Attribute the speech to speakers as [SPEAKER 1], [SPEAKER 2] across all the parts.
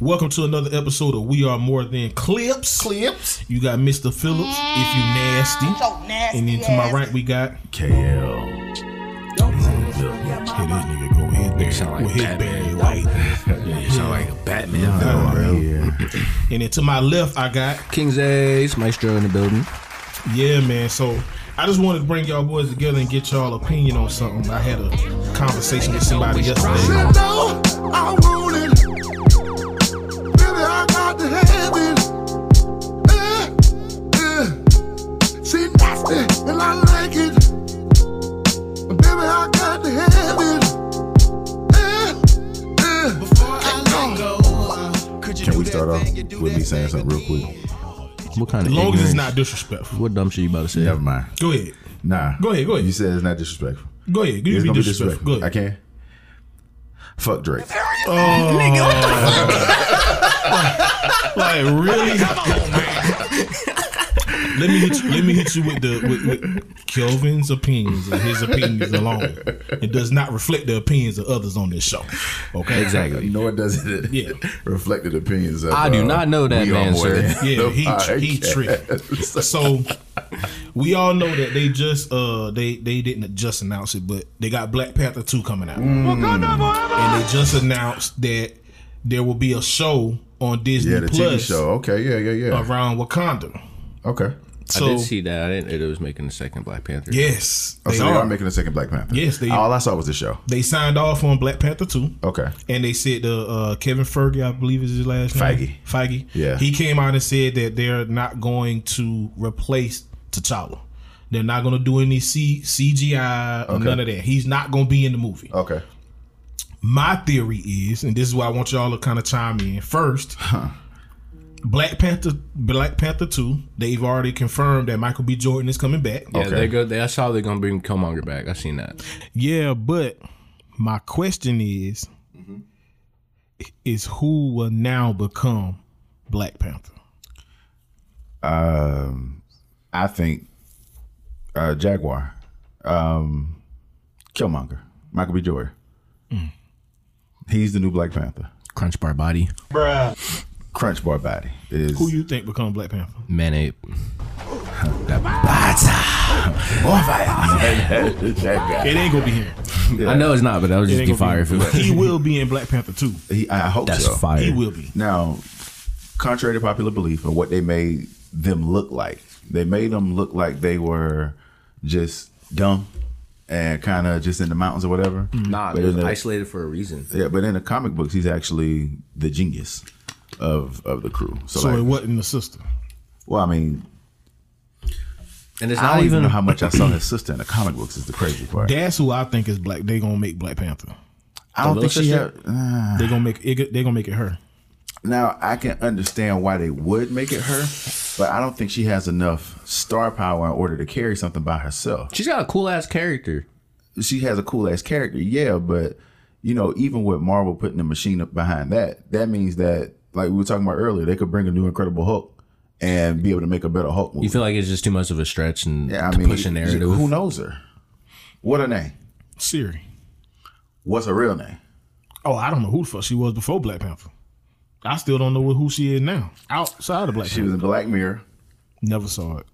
[SPEAKER 1] Welcome to another episode of We Are More Than Clips.
[SPEAKER 2] Clips.
[SPEAKER 1] You got Mr. Phillips, if you nasty.
[SPEAKER 3] So nasty.
[SPEAKER 1] And then to my right, we got
[SPEAKER 2] KL.
[SPEAKER 1] Hey, this nigga go hit there.
[SPEAKER 2] sound like
[SPEAKER 1] Go hit
[SPEAKER 2] Batman.
[SPEAKER 1] there, like-
[SPEAKER 2] You sound like a Batman villain, bro.
[SPEAKER 1] And then to my left, I got
[SPEAKER 4] King's A's, Maestro in the building.
[SPEAKER 1] yeah, man. So I just wanted to bring y'all boys together and get y'all opinion on something. I had a conversation with somebody yesterday.
[SPEAKER 5] Said no, I want it. Baby, I got to have it. Eh, eh. She nasty and I like it. Baby, I got to have it. Eh, eh.
[SPEAKER 2] Can we start off with me saying something real quick?
[SPEAKER 4] What kind of
[SPEAKER 1] As long as it's
[SPEAKER 4] ignorance-
[SPEAKER 1] not disrespectful.
[SPEAKER 4] What dumb shit you about to say?
[SPEAKER 2] Never mind.
[SPEAKER 1] Go ahead.
[SPEAKER 2] Nah.
[SPEAKER 1] Go ahead, go ahead.
[SPEAKER 2] You said it's not disrespectful.
[SPEAKER 1] Go ahead. You
[SPEAKER 2] It's
[SPEAKER 1] be
[SPEAKER 2] gonna be
[SPEAKER 1] disrespectful. Go
[SPEAKER 2] disrespectful. I
[SPEAKER 1] ahead.
[SPEAKER 2] can't. Fuck Drake.
[SPEAKER 1] Like really? let me hit you, let me hit you with the with, with Kelvin's opinions and his opinions alone. It does not reflect the opinions of others on this show. Okay.
[SPEAKER 4] Exactly.
[SPEAKER 2] No, it doesn't.
[SPEAKER 1] Yeah.
[SPEAKER 2] Reflected opinions. Of, uh,
[SPEAKER 4] I do not know that
[SPEAKER 2] We Are
[SPEAKER 4] man,
[SPEAKER 2] More
[SPEAKER 4] sir.
[SPEAKER 2] Than
[SPEAKER 1] Yeah,
[SPEAKER 2] the
[SPEAKER 1] he he
[SPEAKER 2] Podcast.
[SPEAKER 1] tricked. So we all know that they just uh they they didn't just announce it, but they got Black Panther two coming out,
[SPEAKER 2] Mm.
[SPEAKER 1] and they just announced that there will be a show on Disney
[SPEAKER 2] Yeah, the TV
[SPEAKER 1] Plus uh,
[SPEAKER 2] show. Okay, yeah, yeah, yeah.
[SPEAKER 1] around Wakanda.
[SPEAKER 2] Okay.
[SPEAKER 1] So
[SPEAKER 4] I did see that. I didn't know it was making the second Black Panther.
[SPEAKER 1] yes,
[SPEAKER 2] Oh,
[SPEAKER 1] they
[SPEAKER 2] so they
[SPEAKER 1] are.
[SPEAKER 2] are making a second Black Panther.
[SPEAKER 1] Yes, they-
[SPEAKER 2] All I saw was the show.
[SPEAKER 1] they signed off on Black Panther two.
[SPEAKER 2] Okay.
[SPEAKER 1] And they said uh, uh, Kevin Fergie, I believe is his last name.
[SPEAKER 2] Feige.
[SPEAKER 1] Feige.
[SPEAKER 2] Yeah.
[SPEAKER 1] He came out and said that they're not going to replace T'Challa. They're not going to do any C- CGI or
[SPEAKER 2] Okay. Oh.
[SPEAKER 1] none of that. He's not going to be in the movie.
[SPEAKER 2] Okay.
[SPEAKER 1] My theory is, and this is why I want y'all to kind of chime in first. Black Panther, Black Panther two. They've already confirmed that Michael B. Jordan is coming back.
[SPEAKER 4] Yeah,
[SPEAKER 2] Okay.
[SPEAKER 4] they go. They, I saw they're gonna bring Killmonger back. I seen that.
[SPEAKER 1] Yeah, but my question is, is who will now become Black Panther?
[SPEAKER 2] Um, I think uh, Jaguar, um, Killmonger, Michael B. Jordan.
[SPEAKER 1] Mm.
[SPEAKER 2] He's the new Black Panther.
[SPEAKER 4] Crunch bar body,
[SPEAKER 2] Crunch Bar Body is
[SPEAKER 1] Who you think become Black Panther?
[SPEAKER 4] man ape.
[SPEAKER 2] that
[SPEAKER 1] It ain't gonna be him.
[SPEAKER 2] guy.
[SPEAKER 4] I know it's not, but that was
[SPEAKER 1] It
[SPEAKER 4] just
[SPEAKER 1] ain't
[SPEAKER 4] fire
[SPEAKER 1] gonna be
[SPEAKER 4] food.
[SPEAKER 1] him. He will be in Black Panther too.
[SPEAKER 2] He, I hope
[SPEAKER 4] That's
[SPEAKER 2] so.
[SPEAKER 4] fire.
[SPEAKER 1] He will be.
[SPEAKER 2] Now, contrary to popular belief and what they made them look like, they made them look like they were just dumb and kind of just in the mountains or whatever.
[SPEAKER 4] Mm-hmm. Nah,
[SPEAKER 2] But
[SPEAKER 4] it was
[SPEAKER 2] in the-
[SPEAKER 4] isolated for a reason.
[SPEAKER 2] Yeah, but in the comic books, he's actually the genius of of the crew. So,
[SPEAKER 1] So it
[SPEAKER 2] like,
[SPEAKER 1] wasn't the sister.
[SPEAKER 2] well, I mean,
[SPEAKER 4] And it's
[SPEAKER 2] I
[SPEAKER 4] not
[SPEAKER 2] don't even
[SPEAKER 4] even.
[SPEAKER 2] know how much I saw his sister in the comic books. Is the crazy part?
[SPEAKER 1] That's who I think is Black. They gonna make Black Panther.
[SPEAKER 2] I don't
[SPEAKER 4] The
[SPEAKER 2] think
[SPEAKER 4] little
[SPEAKER 2] she. Had, uh,
[SPEAKER 4] sister?
[SPEAKER 1] They gonna make it. They gonna make it her.
[SPEAKER 2] now I can understand why they would make it her, but I don't think she has enough star power in order to carry something by herself.
[SPEAKER 4] She's got a cool ass character.
[SPEAKER 2] she has a cool ass character, yeah, but you know, even with Marvel putting the machine up behind that, that means that like we were talking about earlier, they could bring a new Incredible Hulk and be able to make a better Hulk movie.
[SPEAKER 4] You feel like it's just too much of a stretch and
[SPEAKER 2] yeah, I
[SPEAKER 4] to
[SPEAKER 2] mean,
[SPEAKER 4] push a narrative.
[SPEAKER 2] who knows her? What her name?
[SPEAKER 1] Siri.
[SPEAKER 2] What's her real name?
[SPEAKER 1] Oh, I don't know who the fuck she was before Black Panther. I still don't know who she is now. Outside of Black
[SPEAKER 2] She
[SPEAKER 1] Panther,
[SPEAKER 2] was in Black Mirror.
[SPEAKER 1] never saw it.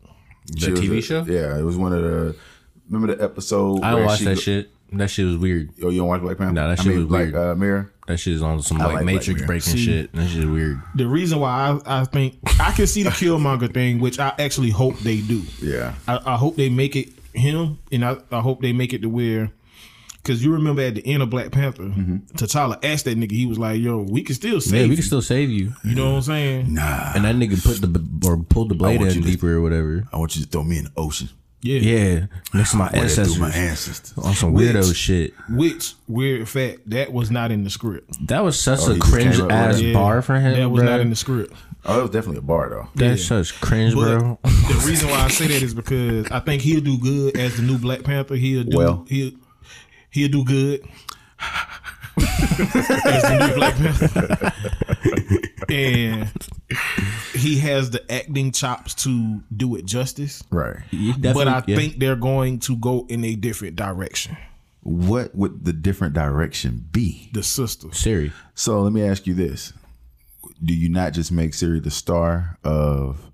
[SPEAKER 4] The TV show?
[SPEAKER 2] Yeah, it was one of the. Remember the episode?
[SPEAKER 4] I don't
[SPEAKER 2] where
[SPEAKER 4] watch
[SPEAKER 2] she
[SPEAKER 4] that
[SPEAKER 2] go-
[SPEAKER 4] shit. That shit was weird.
[SPEAKER 2] Oh, you don't watch Black Panther?
[SPEAKER 4] Nah, that
[SPEAKER 2] I
[SPEAKER 4] shit
[SPEAKER 2] mean,
[SPEAKER 4] was
[SPEAKER 2] Black
[SPEAKER 4] weird.
[SPEAKER 2] Uh, Mirror.
[SPEAKER 4] That shit is on some like,
[SPEAKER 2] like Black
[SPEAKER 4] Matrix
[SPEAKER 2] Mirror.
[SPEAKER 4] breaking shit. That shit is weird.
[SPEAKER 1] the reason why I, I think I can see the Killmonger thing, which I actually hope they do.
[SPEAKER 2] Yeah.
[SPEAKER 1] I, I hope they make it him, and I, I hope they make it to where. Because you remember at the end of Black Panther, T'Challa asked that nigga, he was like, "Yo, we can still
[SPEAKER 4] Mm-hmm. Yeah,
[SPEAKER 1] save
[SPEAKER 4] we
[SPEAKER 1] you."
[SPEAKER 4] can still save you.
[SPEAKER 1] you know what I'm saying?
[SPEAKER 4] And that nigga put the b- or pulled the blade
[SPEAKER 2] want
[SPEAKER 4] in
[SPEAKER 2] you to-
[SPEAKER 4] deeper or whatever.
[SPEAKER 2] I want you to throw me in the ocean.
[SPEAKER 1] Yeah.
[SPEAKER 4] Yeah, next to my ancestors Oh.
[SPEAKER 2] ancestors.
[SPEAKER 4] on some
[SPEAKER 1] Which-
[SPEAKER 4] weirdo shit.
[SPEAKER 1] Which weird fact that was not in the script.
[SPEAKER 4] That was such
[SPEAKER 2] Oh,
[SPEAKER 4] a
[SPEAKER 2] he just came
[SPEAKER 4] cringe
[SPEAKER 2] up with
[SPEAKER 4] ass
[SPEAKER 2] it.
[SPEAKER 1] Yeah,
[SPEAKER 4] bar for him.
[SPEAKER 1] That was
[SPEAKER 4] bruh.
[SPEAKER 1] not in the script.
[SPEAKER 2] Oh, it was definitely a bar though.
[SPEAKER 4] That's such cringe,
[SPEAKER 1] But
[SPEAKER 4] bro.
[SPEAKER 1] the reason why I say that is because I think he'll do good as the new Black Panther. He'll do
[SPEAKER 2] Well.
[SPEAKER 1] he'll he'll do good as the new Black Panther, and he has the acting chops to do it justice.
[SPEAKER 2] Right.
[SPEAKER 4] You definitely-
[SPEAKER 1] but I
[SPEAKER 4] yeah.
[SPEAKER 1] think they're going to go in a different direction.
[SPEAKER 2] what would the different direction be?
[SPEAKER 1] The sister.
[SPEAKER 4] Siri.
[SPEAKER 2] So let me ask you this: Do you not just make Siri the star of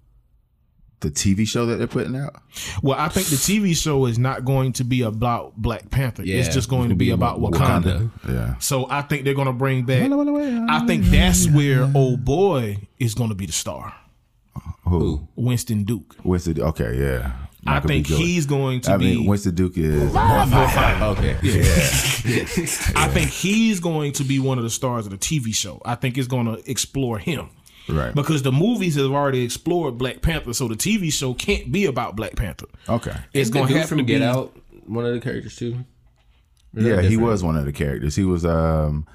[SPEAKER 2] the TV show that they're putting out?
[SPEAKER 1] Well, I think the TV show is not going to be about Black Panther.
[SPEAKER 4] Yeah,
[SPEAKER 1] it's just going to be about Wakanda.
[SPEAKER 2] Yeah.
[SPEAKER 1] So I think they're going to bring back. I think that's where old boy is going to be the star.
[SPEAKER 2] Who?
[SPEAKER 1] Winston Duke.
[SPEAKER 2] Winston? Okay, yeah.
[SPEAKER 1] I
[SPEAKER 2] Michael B.
[SPEAKER 1] think
[SPEAKER 2] Jordan.
[SPEAKER 1] he's going to
[SPEAKER 2] I
[SPEAKER 1] be.
[SPEAKER 2] mean, Winston Duke is.
[SPEAKER 4] Okay.
[SPEAKER 1] I think he's going to be one of the stars of the TV show. I think it's going to explore him.
[SPEAKER 2] Right.
[SPEAKER 1] Because the movies have already explored Black Panther, so the TV show can't be about Black Panther.
[SPEAKER 2] Okay.
[SPEAKER 1] It's
[SPEAKER 4] It's going
[SPEAKER 1] gonna
[SPEAKER 4] to
[SPEAKER 1] have
[SPEAKER 4] from
[SPEAKER 1] to
[SPEAKER 4] Get
[SPEAKER 1] be-
[SPEAKER 4] Out. One of the characters too.
[SPEAKER 2] Yeah, he
[SPEAKER 4] different.
[SPEAKER 2] was one of the characters. He was um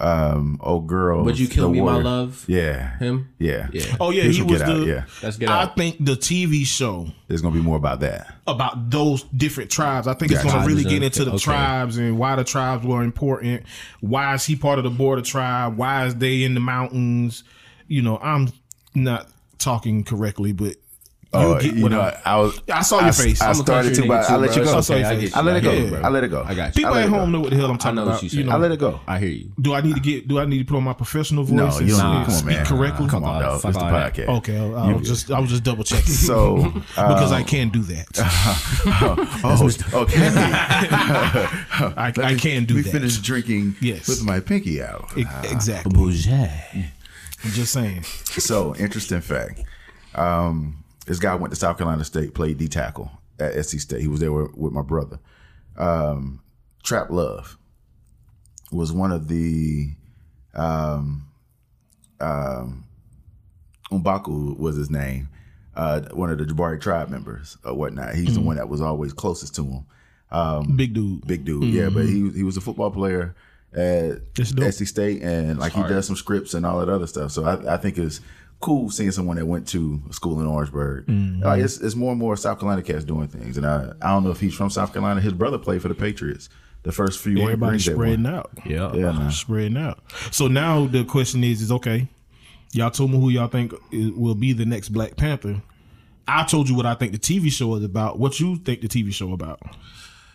[SPEAKER 2] um old girl.
[SPEAKER 4] Would you kill
[SPEAKER 2] the
[SPEAKER 4] me, my
[SPEAKER 2] warrior.
[SPEAKER 4] love?
[SPEAKER 2] Yeah.
[SPEAKER 4] Him?
[SPEAKER 2] Yeah.
[SPEAKER 4] Yeah.
[SPEAKER 1] Oh yeah,
[SPEAKER 2] He's
[SPEAKER 1] he
[SPEAKER 2] from
[SPEAKER 1] was
[SPEAKER 2] Get Out,
[SPEAKER 1] the.
[SPEAKER 2] yeah.
[SPEAKER 4] Let's get
[SPEAKER 1] I
[SPEAKER 4] out.
[SPEAKER 1] think the TV show
[SPEAKER 2] There's gonna be more about that.
[SPEAKER 1] about those different tribes. I think it's going
[SPEAKER 4] Tribes
[SPEAKER 1] to really
[SPEAKER 4] and
[SPEAKER 1] get into the
[SPEAKER 4] okay.
[SPEAKER 1] tribes and why the tribes were important. Why is he part of the border tribe? Why is they in the mountains? You know, I'm not talking correctly, but
[SPEAKER 2] Oh,
[SPEAKER 1] you get
[SPEAKER 2] you
[SPEAKER 1] what
[SPEAKER 2] know,
[SPEAKER 1] I,
[SPEAKER 2] I, was.
[SPEAKER 1] I saw your
[SPEAKER 2] I-
[SPEAKER 1] face.
[SPEAKER 2] I
[SPEAKER 1] I'm a
[SPEAKER 2] started
[SPEAKER 4] country
[SPEAKER 2] to, but
[SPEAKER 4] nigga too,
[SPEAKER 2] I let
[SPEAKER 4] bro.
[SPEAKER 2] you go.
[SPEAKER 1] It's okay, I
[SPEAKER 2] I,
[SPEAKER 1] get
[SPEAKER 4] you.
[SPEAKER 2] let it
[SPEAKER 4] I
[SPEAKER 2] go.
[SPEAKER 4] get
[SPEAKER 2] bro.
[SPEAKER 1] you.
[SPEAKER 2] I let it go.
[SPEAKER 4] I got you.
[SPEAKER 1] People
[SPEAKER 2] I let
[SPEAKER 1] at
[SPEAKER 2] it go.
[SPEAKER 1] home know what the hell I'm
[SPEAKER 4] I
[SPEAKER 1] talking
[SPEAKER 4] know
[SPEAKER 1] about.
[SPEAKER 4] what you
[SPEAKER 1] You
[SPEAKER 4] said.
[SPEAKER 1] know,
[SPEAKER 2] I let it go.
[SPEAKER 4] I hear you.
[SPEAKER 1] do I need to get? Do I need to put on my professional voice
[SPEAKER 2] No,
[SPEAKER 1] and
[SPEAKER 2] you don't.
[SPEAKER 4] Nah,
[SPEAKER 2] come on,
[SPEAKER 1] speak
[SPEAKER 2] man.
[SPEAKER 1] correctly?
[SPEAKER 2] Come on, dog. It's the
[SPEAKER 4] Fuck all that.
[SPEAKER 2] podcast.
[SPEAKER 1] Okay, I, I was just I was just double checking.
[SPEAKER 2] So, uh, um,
[SPEAKER 1] because I can do that,
[SPEAKER 2] Oh, okay.
[SPEAKER 1] I, I can do
[SPEAKER 2] we
[SPEAKER 1] that.
[SPEAKER 2] finished drinking
[SPEAKER 1] Yes.
[SPEAKER 2] with my pinky out.
[SPEAKER 1] E- Exactly.
[SPEAKER 4] Bougie.
[SPEAKER 1] I'm just saying.
[SPEAKER 2] So interesting fact. Um, this guy went to South Carolina State, played D tackle at SC State. He was there with, with my brother. Um, Trap Love was one of the um, um, Umbaku was his name. Uh, one of the Jabari tribe members or whatnot. He's the one that was always closest to him.
[SPEAKER 1] Big dude.
[SPEAKER 2] big dude. Yeah, but he he was a football player at
[SPEAKER 1] That's dope.
[SPEAKER 2] SC State, and like he does some scripts and all that other stuff. So I, I think it's cool seeing someone that went to school in Orangeburg.
[SPEAKER 1] Mm-hmm.
[SPEAKER 2] Like it's, it's more and more South Carolina cats doing things, and I I don't know if he's from South Carolina. His brother played for the Patriots. The first few
[SPEAKER 1] Everybody
[SPEAKER 2] Green Bay
[SPEAKER 1] spreading
[SPEAKER 2] won.
[SPEAKER 1] out.
[SPEAKER 4] Yeah.
[SPEAKER 2] Yeah, man.
[SPEAKER 1] spreading out. So now the question is: Is okay? Y'all told me who y'all think i- will be the next Black Panther. I told you what I think the TV show is about. What you think the TV show about?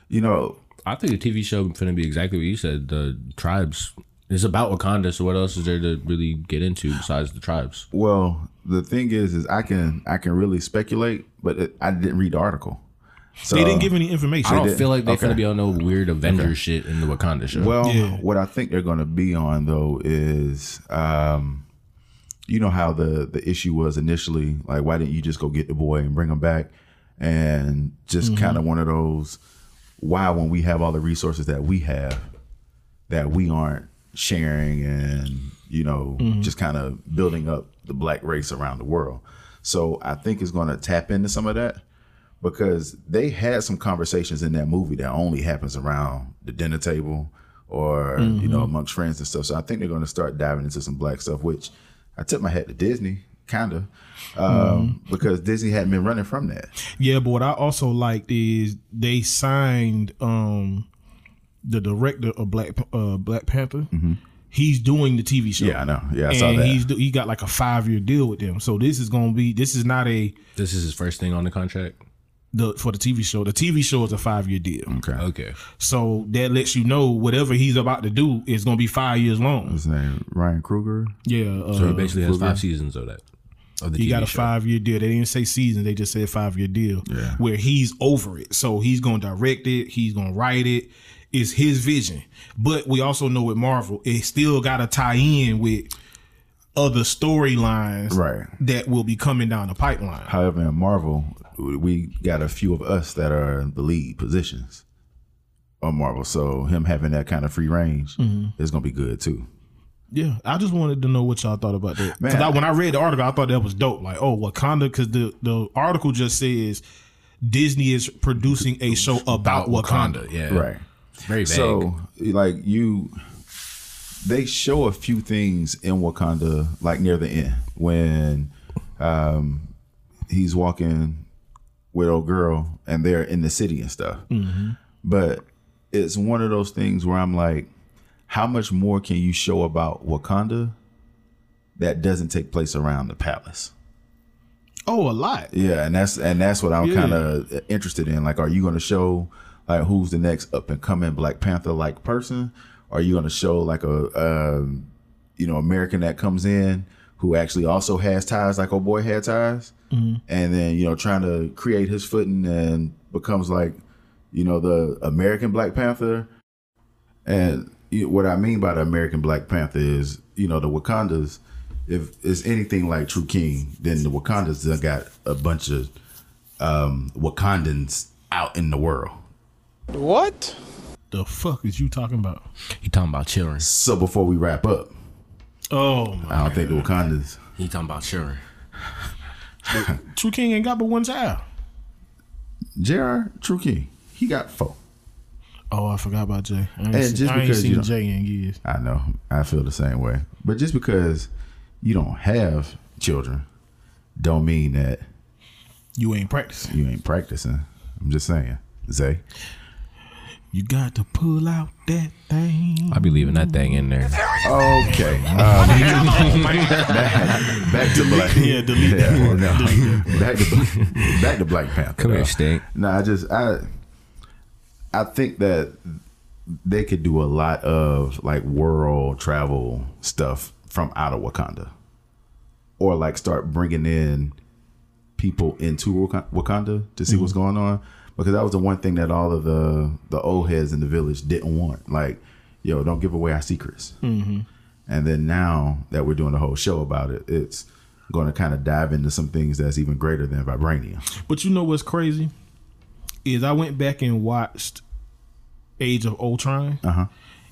[SPEAKER 2] You know,
[SPEAKER 4] I think the TV show finna be exactly what you said. The tribes. It's about Wakanda, so what else is there to really get into besides the tribes?
[SPEAKER 2] well, the thing is, is I can I can really speculate, but it, I didn't read the article. So
[SPEAKER 1] They didn't give any information.
[SPEAKER 4] I don't
[SPEAKER 2] did.
[SPEAKER 4] feel like they're
[SPEAKER 2] Okay.
[SPEAKER 4] finna be on no weird Avenger shit in the Wakanda show.
[SPEAKER 2] Well,
[SPEAKER 1] Yeah.
[SPEAKER 2] what I think they're going to be on though is, um, you know how the the issue was initially, like why didn't you just go get the boy and bring him back, and just kind of one of those, why when we have all the resources that we have, that we aren't sharing and you know just kind of building up the black race around the world. So I think it's going to tap into some of that because they had some conversations in that movie that only happens around the dinner table or you know amongst friends and stuff. So I think they're going to start diving into some black stuff, which I took my hat to Disney, kinda, um, because Disney hadn't been running from that.
[SPEAKER 1] Yeah, but what I also liked is they signed um the director of Black uh, Black Panther. He's doing the TV show.
[SPEAKER 2] Yeah, I know. Yeah, I
[SPEAKER 1] and
[SPEAKER 2] saw that.
[SPEAKER 1] he's do- he got like a five year deal with them. So this is gonna be this is not a
[SPEAKER 4] this is his first thing on the contract.
[SPEAKER 1] the for the TV show. The TV show is a five year deal.
[SPEAKER 2] okay.
[SPEAKER 4] Okay.
[SPEAKER 1] So that lets you know whatever he's about to do is going to be five years long.
[SPEAKER 2] His name Ryan Kruger.
[SPEAKER 1] Yeah, uh,
[SPEAKER 4] So he basically has five seasons of that. Of the
[SPEAKER 1] you
[SPEAKER 4] TV
[SPEAKER 1] got a
[SPEAKER 4] show.
[SPEAKER 1] five year deal. They didn't say season; they just said five year deal.
[SPEAKER 2] Yeah.
[SPEAKER 1] Where he's over it, so he's going to direct it. He's going to write it. It's his vision. But we also know with Marvel, it still got to tie in with other storylines
[SPEAKER 2] Right.
[SPEAKER 1] that will be coming down the pipeline.
[SPEAKER 2] However, in Marvel, we got a few of us that are in the lead positions on Marvel. So him having that kind of free range is going to be good too.
[SPEAKER 1] Yeah, I just wanted to know what y'all thought about that.
[SPEAKER 2] Man,
[SPEAKER 1] Because I,
[SPEAKER 2] I-
[SPEAKER 1] when I read the article, I thought that was dope. Like, oh, Wakanda, because the the article just says Disney is producing a show about Wakanda.
[SPEAKER 4] Yeah. It's very vague.
[SPEAKER 2] So, like you, they show a few things in Wakanda, like near the end when um, he's walking with old girl, and they're in the city and stuff.
[SPEAKER 4] Mm-hmm.
[SPEAKER 2] But it's one of those things where I'm like, how much more can you show about Wakanda that doesn't take place around the palace?
[SPEAKER 1] Oh, a lot.
[SPEAKER 2] Yeah, and that's and that's what I'm
[SPEAKER 1] Yeah.
[SPEAKER 2] kind of interested in. Like, are you going to show like who's the next up and coming Black Panther like person? Are you going to show like a um, you know American that comes in who actually also has ties like old boy had ties, and then you know trying to create his footing and becomes like you know the American Black Panther? And you what I mean by the American Black Panther is, you know, the Wakandas. If it's anything like True King, then the Wakandas done got a bunch of um, Wakandans out in the world.
[SPEAKER 3] What?
[SPEAKER 1] The fuck is you talking about?
[SPEAKER 4] He talking about children.
[SPEAKER 2] So before we wrap up,
[SPEAKER 1] Oh my!
[SPEAKER 2] I don't think the Wakandas.
[SPEAKER 4] He talking about children.
[SPEAKER 1] True King ain't got but one child.
[SPEAKER 2] J.R. True King, he got four.
[SPEAKER 1] Oh, I forgot about Jay. I ain't,
[SPEAKER 2] And
[SPEAKER 1] seen,
[SPEAKER 2] just
[SPEAKER 1] I ain't
[SPEAKER 2] because you
[SPEAKER 1] seen
[SPEAKER 2] don't-
[SPEAKER 1] Jay in years.
[SPEAKER 2] I know. I feel the same way. But just because you don't have children, don't mean that
[SPEAKER 1] You ain't practicing.
[SPEAKER 2] you ain't practicing. I'm just saying, Zay.
[SPEAKER 1] You got to pull out that thing.
[SPEAKER 4] I be leaving that thing in there.
[SPEAKER 2] Okay. Um, back, back to Black.
[SPEAKER 1] Yeah, delete that
[SPEAKER 2] Yeah, no. back to Black- back to Black Panther.
[SPEAKER 4] Come here,
[SPEAKER 2] though.
[SPEAKER 4] Stink.
[SPEAKER 2] No, I just I I think that they could do a lot of like world travel stuff from out of Wakanda, or like start bringing in people into Waka- Wakanda to see what's going on. Because that was the one thing that all of the the old heads in the village didn't want. Like, yo, don't give away our secrets. And then now that we're doing the whole show about it, it's going to kind of dive into some things that's even greater than vibranium.
[SPEAKER 1] But you know what's crazy is I went back and watched Age of Ultron
[SPEAKER 2] Uh-huh.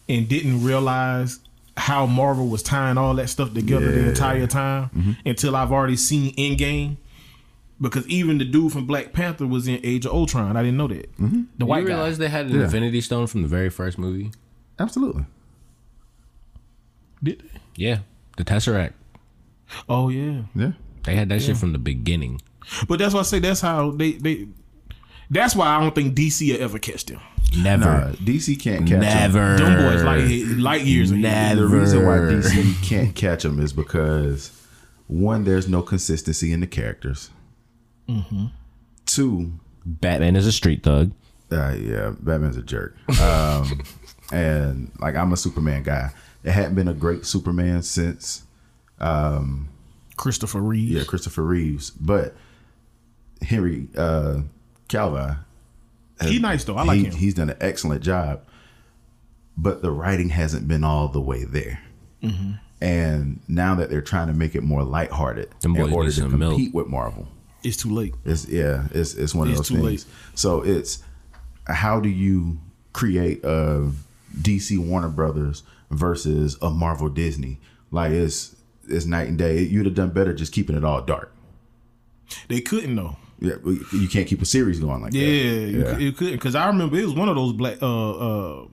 [SPEAKER 1] and didn't realize how Marvel was tying all that stuff together the
[SPEAKER 2] Yeah. Mm-hmm.
[SPEAKER 1] entire time until I've already seen Endgame. Because even the dude from Black Panther was in Age of Ultron. I didn't know that.
[SPEAKER 2] Mm-hmm.
[SPEAKER 1] The white
[SPEAKER 4] you
[SPEAKER 1] guy.
[SPEAKER 4] realize they had an Infinity Stone from the very first movie?
[SPEAKER 2] Absolutely.
[SPEAKER 1] Did they?
[SPEAKER 4] Yeah, the Tesseract.
[SPEAKER 1] Oh yeah.
[SPEAKER 2] Yeah.
[SPEAKER 4] They had that shit from the beginning.
[SPEAKER 1] But that's why I say that's how they they. That's why I don't think DC will ever catch them.
[SPEAKER 4] Never,
[SPEAKER 2] Nah, DC Uh, can't catch 'em.
[SPEAKER 4] never.
[SPEAKER 1] Them boys like light years. ahead.
[SPEAKER 2] The reason why
[SPEAKER 4] Never.
[SPEAKER 2] DC can't catch them is because one, there's no consistency in the characters. Two,
[SPEAKER 4] Batman is a street thug.
[SPEAKER 2] uh, yeah, Batman's a jerk. Um, and like I'm a Superman guy. It hadn't been a great Superman since
[SPEAKER 1] Christopher Reeve.
[SPEAKER 2] yeah Christopher Reeves, but Henry uh, Calvin
[SPEAKER 1] he nice though. I like
[SPEAKER 2] he-
[SPEAKER 1] him.
[SPEAKER 2] He's done an excellent job, but the writing hasn't been all the way there.
[SPEAKER 1] Mm-hmm.
[SPEAKER 2] And now that they're trying to make it more lighthearted
[SPEAKER 4] Them boys
[SPEAKER 2] in order
[SPEAKER 4] need
[SPEAKER 2] to
[SPEAKER 4] some milk.
[SPEAKER 2] compete with Marvel,
[SPEAKER 1] it's too late.
[SPEAKER 2] it's yeah, it's it's one of
[SPEAKER 1] It's
[SPEAKER 2] those
[SPEAKER 1] too
[SPEAKER 2] things.
[SPEAKER 1] late.
[SPEAKER 2] So it's how do you create a DC Warner Brothers versus a Marvel Disney? Like it's it's night and day. You'd have done better just keeping it all dark.
[SPEAKER 1] They couldn't though.
[SPEAKER 2] Yeah, you can't keep a series going like
[SPEAKER 1] Yeah,
[SPEAKER 2] that.
[SPEAKER 1] You, cou- you couldn't because I remember it was one of those black uh uh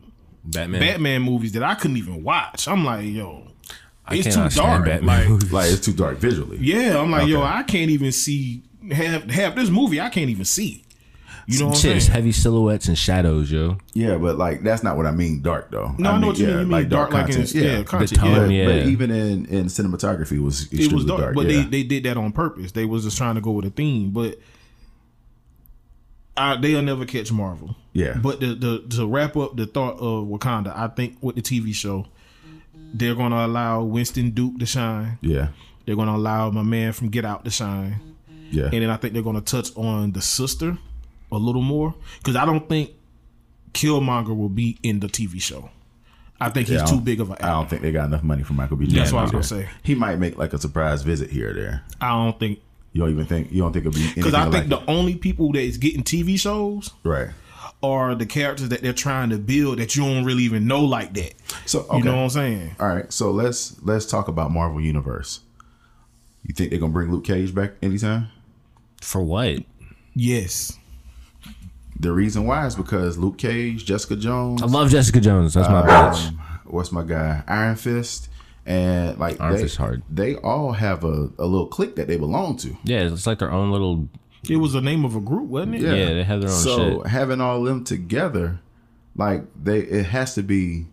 [SPEAKER 4] Batman.
[SPEAKER 1] Batman movies that I couldn't even watch. I'm like, yo, it's too
[SPEAKER 4] cannot
[SPEAKER 1] dark.
[SPEAKER 4] stand Batman
[SPEAKER 1] Like,
[SPEAKER 4] movies.
[SPEAKER 2] Like it's too dark visually.
[SPEAKER 1] yeah, I'm like, yo, I can't even see have have this movie. I can't even see. You know what
[SPEAKER 4] Shit,
[SPEAKER 1] I'm
[SPEAKER 4] it's
[SPEAKER 1] saying?
[SPEAKER 4] heavy silhouettes and shadows, yo.
[SPEAKER 2] Yeah, but like that's not what I mean dark though.
[SPEAKER 1] No, I, know what you
[SPEAKER 2] yeah,
[SPEAKER 1] mean. You mean dark, like in
[SPEAKER 2] content.
[SPEAKER 1] yeah, content.
[SPEAKER 4] tone,
[SPEAKER 1] yeah.
[SPEAKER 2] But,
[SPEAKER 4] Yeah.
[SPEAKER 2] but even in in cinematography was extremely
[SPEAKER 1] it was dark,
[SPEAKER 2] dark.
[SPEAKER 1] but
[SPEAKER 2] yeah.
[SPEAKER 1] they, they did that on purpose. They was just trying to go with a theme, but I, they'll never catch Marvel.
[SPEAKER 2] Yeah.
[SPEAKER 1] But the, the to wrap up the thought of Wakanda, I think with the TV show, they're going to allow Winston Duke to shine.
[SPEAKER 2] yeah,
[SPEAKER 1] They're going to allow my man from Get Out to shine,
[SPEAKER 2] yeah,
[SPEAKER 1] and then I think they're going to touch on the sister a little more because I don't think Killmonger will be in the TV show. I think he's
[SPEAKER 2] Yeah, I
[SPEAKER 1] too
[SPEAKER 2] don't-
[SPEAKER 1] big of an
[SPEAKER 2] I don't
[SPEAKER 1] actor.
[SPEAKER 2] think they got enough money for Michael B. Jordan.
[SPEAKER 1] That's what I was gonna
[SPEAKER 2] either.
[SPEAKER 1] say.
[SPEAKER 2] He might make like a surprise visit here or there.
[SPEAKER 1] I don't think
[SPEAKER 2] You don't even think you don't think it'll be anything
[SPEAKER 1] because I
[SPEAKER 2] like
[SPEAKER 1] think the
[SPEAKER 2] it.
[SPEAKER 1] only people that is getting TV shows
[SPEAKER 2] right.
[SPEAKER 1] are the characters that they're trying to build that you don't really even know like that.
[SPEAKER 2] So okay.
[SPEAKER 1] You know what I'm saying?
[SPEAKER 2] All right, so let's let's talk about Marvel Universe. You think they're gonna bring Luke Cage back anytime?
[SPEAKER 4] For what?
[SPEAKER 1] Yes.
[SPEAKER 2] The reason why is because Luke Cage, Jessica Jones,
[SPEAKER 4] I love Jessica Jones. That's my bitch.
[SPEAKER 2] um, what's my guy Iron Fist and like
[SPEAKER 4] Iron
[SPEAKER 2] they,
[SPEAKER 4] Fist hard.
[SPEAKER 2] they all have a, a little clique that they belong to.
[SPEAKER 4] Yeah, it's like their own little.
[SPEAKER 1] It was the name of a group, wasn't it?
[SPEAKER 4] Yeah, they have their own
[SPEAKER 2] so
[SPEAKER 4] shit.
[SPEAKER 2] having all them together, like they it has to be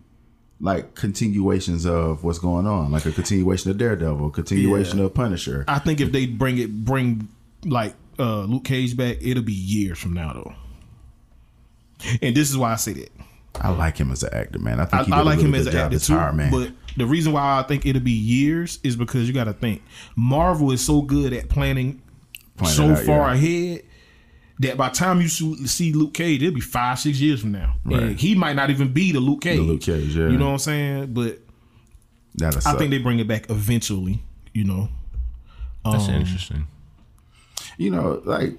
[SPEAKER 2] like continuations of what's going on, like a continuation of Daredevil, continuation of Punisher.
[SPEAKER 1] I think if they bring it bring like uh Luke Cage back, it'll be years from now though. and this is why I say that.
[SPEAKER 2] I like him as an actor, man. I think
[SPEAKER 1] I,
[SPEAKER 2] he did
[SPEAKER 1] I like
[SPEAKER 2] a really
[SPEAKER 1] him as
[SPEAKER 2] good
[SPEAKER 1] an
[SPEAKER 2] job
[SPEAKER 1] actor
[SPEAKER 2] as
[SPEAKER 1] too.
[SPEAKER 2] Iron Man.
[SPEAKER 1] But the reason why I think it'll be years is because you got to think Marvel is so good at planning
[SPEAKER 2] Planning
[SPEAKER 1] so
[SPEAKER 2] out, yeah.
[SPEAKER 1] far ahead that by the time you see see Luke Cage, it'll be five six years from now,
[SPEAKER 2] Right.
[SPEAKER 1] and he might not even be the Luke Cage.
[SPEAKER 2] Luke Cage, yeah.
[SPEAKER 1] You know what I'm saying? But
[SPEAKER 2] That'll
[SPEAKER 1] I
[SPEAKER 2] suck.
[SPEAKER 1] think they bring it back eventually. You know,
[SPEAKER 4] That's
[SPEAKER 1] Um,
[SPEAKER 4] interesting.
[SPEAKER 2] you know, like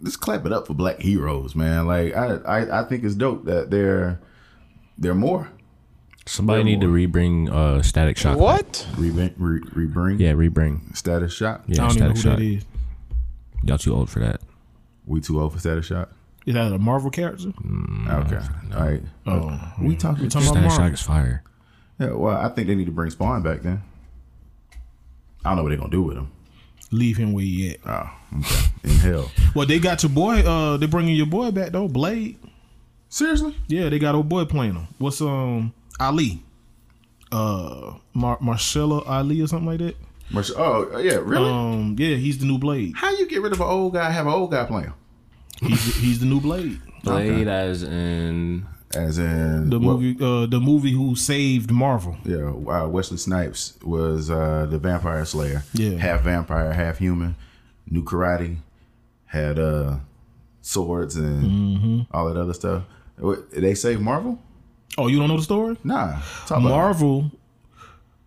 [SPEAKER 2] let's clap it up for black heroes, man. Like I, I, I think it's dope that they're they're more
[SPEAKER 4] Somebody need to rebring uh, Static Shock. What?
[SPEAKER 2] rebring, re, rebring
[SPEAKER 4] Yeah, rebring.
[SPEAKER 2] status shot.
[SPEAKER 4] Yeah,
[SPEAKER 1] I don't even know
[SPEAKER 4] Static
[SPEAKER 1] who
[SPEAKER 4] Shock.
[SPEAKER 1] that is.
[SPEAKER 4] Y'all too old for that.
[SPEAKER 2] We too old for status shot.
[SPEAKER 1] Is that a Marvel character?
[SPEAKER 4] Mm,
[SPEAKER 2] okay, all right.
[SPEAKER 1] Oh,
[SPEAKER 2] We talking,
[SPEAKER 1] talking
[SPEAKER 2] we talking
[SPEAKER 1] about-
[SPEAKER 4] Static
[SPEAKER 2] about.
[SPEAKER 1] Marvel.
[SPEAKER 4] Shock is fire.
[SPEAKER 2] Yeah, well, I think they need to bring Spawn back then. I don't know what they're gonna do with him.
[SPEAKER 1] leave him where he at.
[SPEAKER 2] Oh, okay. In hell.
[SPEAKER 1] Well, they got your boy. Uh, they're bringing your boy back though, Blade.
[SPEAKER 2] Seriously?
[SPEAKER 1] Yeah, they got old boy playing him. What's um Ali? Uh Mar- Marcelo Ali or something like that.
[SPEAKER 2] Marsh- oh, yeah, really?
[SPEAKER 1] Um yeah, he's the new Blade.
[SPEAKER 2] How you get rid of an old guy? and Have an old guy playing?
[SPEAKER 1] He's he's the new Blade.
[SPEAKER 4] Blade as in
[SPEAKER 2] As in
[SPEAKER 1] The
[SPEAKER 2] what-
[SPEAKER 1] movie uh the movie who saved Marvel.
[SPEAKER 2] Yeah, uh, Wesley Snipes was uh, the vampire slayer.
[SPEAKER 1] Yeah.
[SPEAKER 2] half vampire, half human. Knew karate, had uh, swords and
[SPEAKER 1] Mm-hmm.
[SPEAKER 2] all that other stuff. What, they saved Marvel?
[SPEAKER 1] Oh, you don't know the story?
[SPEAKER 2] Nah, talk about
[SPEAKER 1] Marvel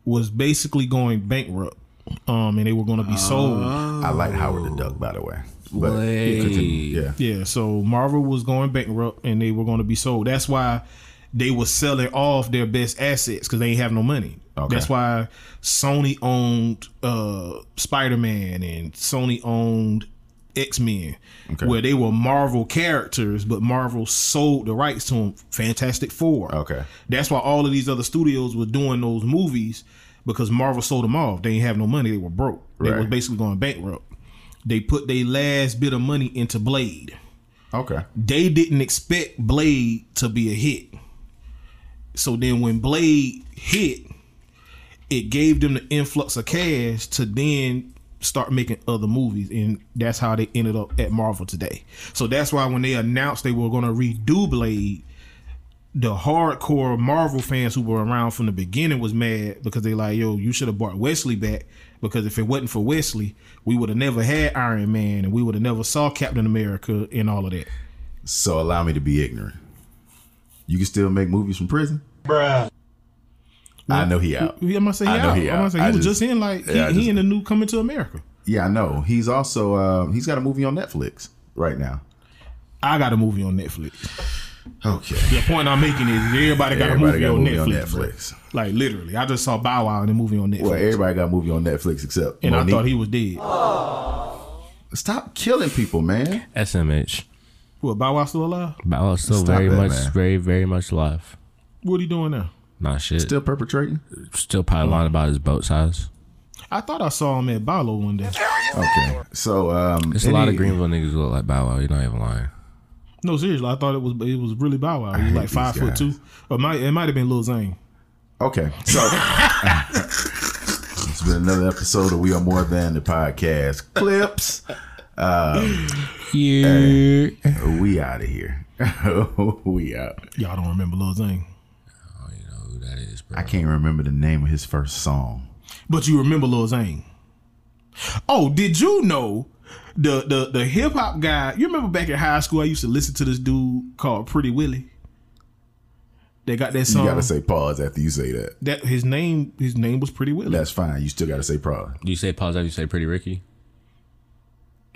[SPEAKER 1] was basically going bankrupt. Um and they were gonna be sold.
[SPEAKER 2] I like Howard the Duck, by the way. But
[SPEAKER 4] Way.
[SPEAKER 2] continue. yeah,
[SPEAKER 1] Yeah, so Marvel was going bankrupt and they were gonna be sold. That's why they were selling off their best assets because they ain't have no money.
[SPEAKER 2] Okay.
[SPEAKER 1] That's why Sony owned uh, Spider Man and Sony owned X Men,
[SPEAKER 2] Okay.
[SPEAKER 1] where they were Marvel characters, but Marvel sold the rights to them. Fantastic Four.
[SPEAKER 2] Okay.
[SPEAKER 1] That's why all of these other studios were doing those movies because Marvel sold them off. They didn't have no money. They were broke. They
[SPEAKER 2] Right.
[SPEAKER 1] were basically going bankrupt. They put their last bit of money into Blade
[SPEAKER 2] okay,
[SPEAKER 1] they didn't expect Blade to be a hit. So then when Blade hit, it gave them the influx of cash to then start making other movies and that's how they ended up at Marvel today. So that's why when they announced they were going to redo Blade, the hardcore Marvel fans who were around from the beginning was mad because they like, yo, you should have brought Wesley back because if it wasn't for Wesley, we would have never had Iron Man and we would have never saw Captain America and all of that.
[SPEAKER 2] so allow me to be ignorant. You can still make movies from prison, bruh. I know he out.
[SPEAKER 1] Yeah, I'm gonna say he
[SPEAKER 2] I know
[SPEAKER 1] out.
[SPEAKER 2] he
[SPEAKER 1] I'm gonna
[SPEAKER 2] out.
[SPEAKER 1] say
[SPEAKER 2] I
[SPEAKER 1] he was
[SPEAKER 2] just-
[SPEAKER 1] just, in like he,
[SPEAKER 2] yeah, I
[SPEAKER 1] he
[SPEAKER 2] just-
[SPEAKER 1] in the new Coming to America.
[SPEAKER 2] Yeah, I know. He's also um, he's got a movie on Netflix right now.
[SPEAKER 1] I got a movie on Netflix.
[SPEAKER 2] Okay.
[SPEAKER 1] The point I'm making is everybody got
[SPEAKER 2] Everybody
[SPEAKER 1] a
[SPEAKER 2] got a
[SPEAKER 1] movie,
[SPEAKER 2] movie
[SPEAKER 1] on,
[SPEAKER 2] on
[SPEAKER 1] Netflix, bro.
[SPEAKER 2] Netflix.
[SPEAKER 1] Like literally, I just saw Bow Wow in the movie on Netflix,
[SPEAKER 2] Well, everybody got a movie on Netflix except
[SPEAKER 1] and
[SPEAKER 2] Monique.
[SPEAKER 1] I thought he was dead.
[SPEAKER 2] Stop killing people, man.
[SPEAKER 4] SMH.
[SPEAKER 1] What Bow Wow still alive?
[SPEAKER 4] But I was still
[SPEAKER 2] Stop
[SPEAKER 4] very
[SPEAKER 2] that,
[SPEAKER 4] much,
[SPEAKER 2] man.
[SPEAKER 4] very, very much alive.
[SPEAKER 1] What he doing now?
[SPEAKER 4] Nah, shit. Still,
[SPEAKER 2] Still perpetrating.
[SPEAKER 4] still probably lying about his boat size.
[SPEAKER 1] I thought I saw him at Balo one day.
[SPEAKER 2] Okay. So um,
[SPEAKER 4] It's a lot
[SPEAKER 2] any-
[SPEAKER 4] of Greenville niggas look like Bow Wow. You're not even lying.
[SPEAKER 1] No, seriously, I thought it was it was really Bow Wow. He was
[SPEAKER 2] hate
[SPEAKER 1] like five
[SPEAKER 2] these
[SPEAKER 1] foot
[SPEAKER 2] guys.
[SPEAKER 1] two. Or might it might have been Lil Zane.
[SPEAKER 2] Okay. So it's been another episode of We Are More Than the Podcast clips.
[SPEAKER 4] Yeah.
[SPEAKER 2] We out of here. we out.
[SPEAKER 1] Y'all don't remember Lil Zane,
[SPEAKER 4] You know who that is, bro.
[SPEAKER 2] I can't remember the name of his first song.
[SPEAKER 1] but you remember Lil Zane. Oh, did you know the the the hip hop guy? You remember back in high school, I used to listen to this dude called Pretty Willie. They got that
[SPEAKER 2] You
[SPEAKER 1] song.
[SPEAKER 2] gotta say pause after you say that.
[SPEAKER 1] that his name his name was Pretty Willie.
[SPEAKER 2] That's fine. You still gotta say pause.
[SPEAKER 4] You say pause after you say Pretty Ricky?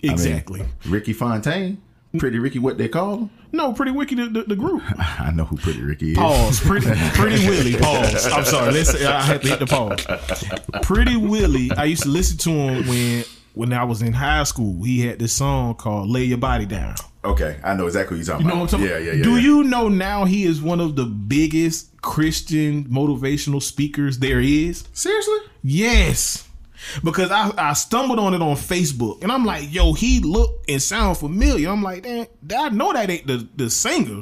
[SPEAKER 2] I mean,
[SPEAKER 1] exactly.
[SPEAKER 2] Ricky Fontaine, Pretty Ricky, what they call him?
[SPEAKER 1] no, Pretty Wiki the, the, the group.
[SPEAKER 2] I know who Pretty Ricky is.
[SPEAKER 1] Pause. Pretty Pretty Willie. Pause. I'm sorry. Let's. I had to hit the pause. Pretty Willie. I used to listen to him when when I was in high school. He had this song called "Lay Your Body Down."
[SPEAKER 2] Okay, I know exactly what you're talking
[SPEAKER 1] You know what I'm
[SPEAKER 2] about.
[SPEAKER 1] talking
[SPEAKER 2] yeah, yeah,
[SPEAKER 1] about? Do
[SPEAKER 2] yeah. yeah.
[SPEAKER 1] you know now he is one of the biggest Christian motivational speakers there is?
[SPEAKER 2] seriously?
[SPEAKER 1] Yes. Because I, I stumbled on it on Facebook and I'm like, yo, he look and sound familiar. I'm like, damn, I know that ain't the, the singer.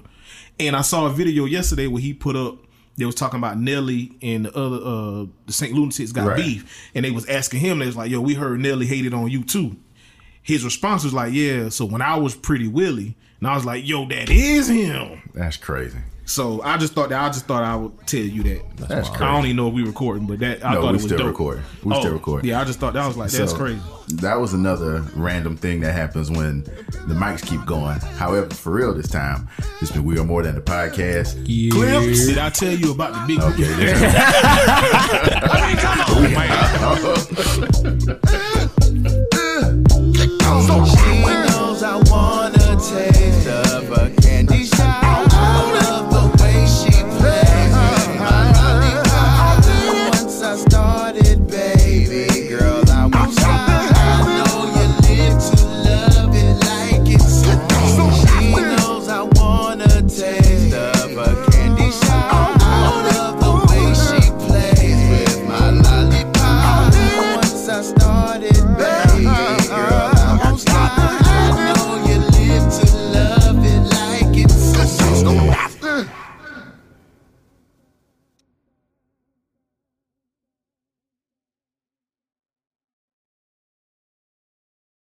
[SPEAKER 1] And I saw a video yesterday where he put up, they was talking about Nelly and the other uh the St. Lunatics got
[SPEAKER 2] Right.
[SPEAKER 1] beef. And they was asking him, they was like, yo, we heard Nelly hated on you too. His response was like, Yeah, so when I was pretty Willie, And I was like, yo, that is him.
[SPEAKER 2] That's crazy.
[SPEAKER 1] So I just thought that I just thought I would tell you that.
[SPEAKER 2] That's
[SPEAKER 1] I don't even know if we recording, but that I
[SPEAKER 2] No,
[SPEAKER 1] thought
[SPEAKER 2] we
[SPEAKER 1] it was
[SPEAKER 2] still
[SPEAKER 1] dope. Oh,
[SPEAKER 2] recording. We still recording.
[SPEAKER 1] Yeah, I just thought that I was like that's
[SPEAKER 2] So,
[SPEAKER 1] crazy.
[SPEAKER 2] That was another random thing that happens when the mics keep going. However, for real this time, it's been We Are More Than the Podcast.
[SPEAKER 1] Cliff, did I tell you about the big?
[SPEAKER 2] Okay, there-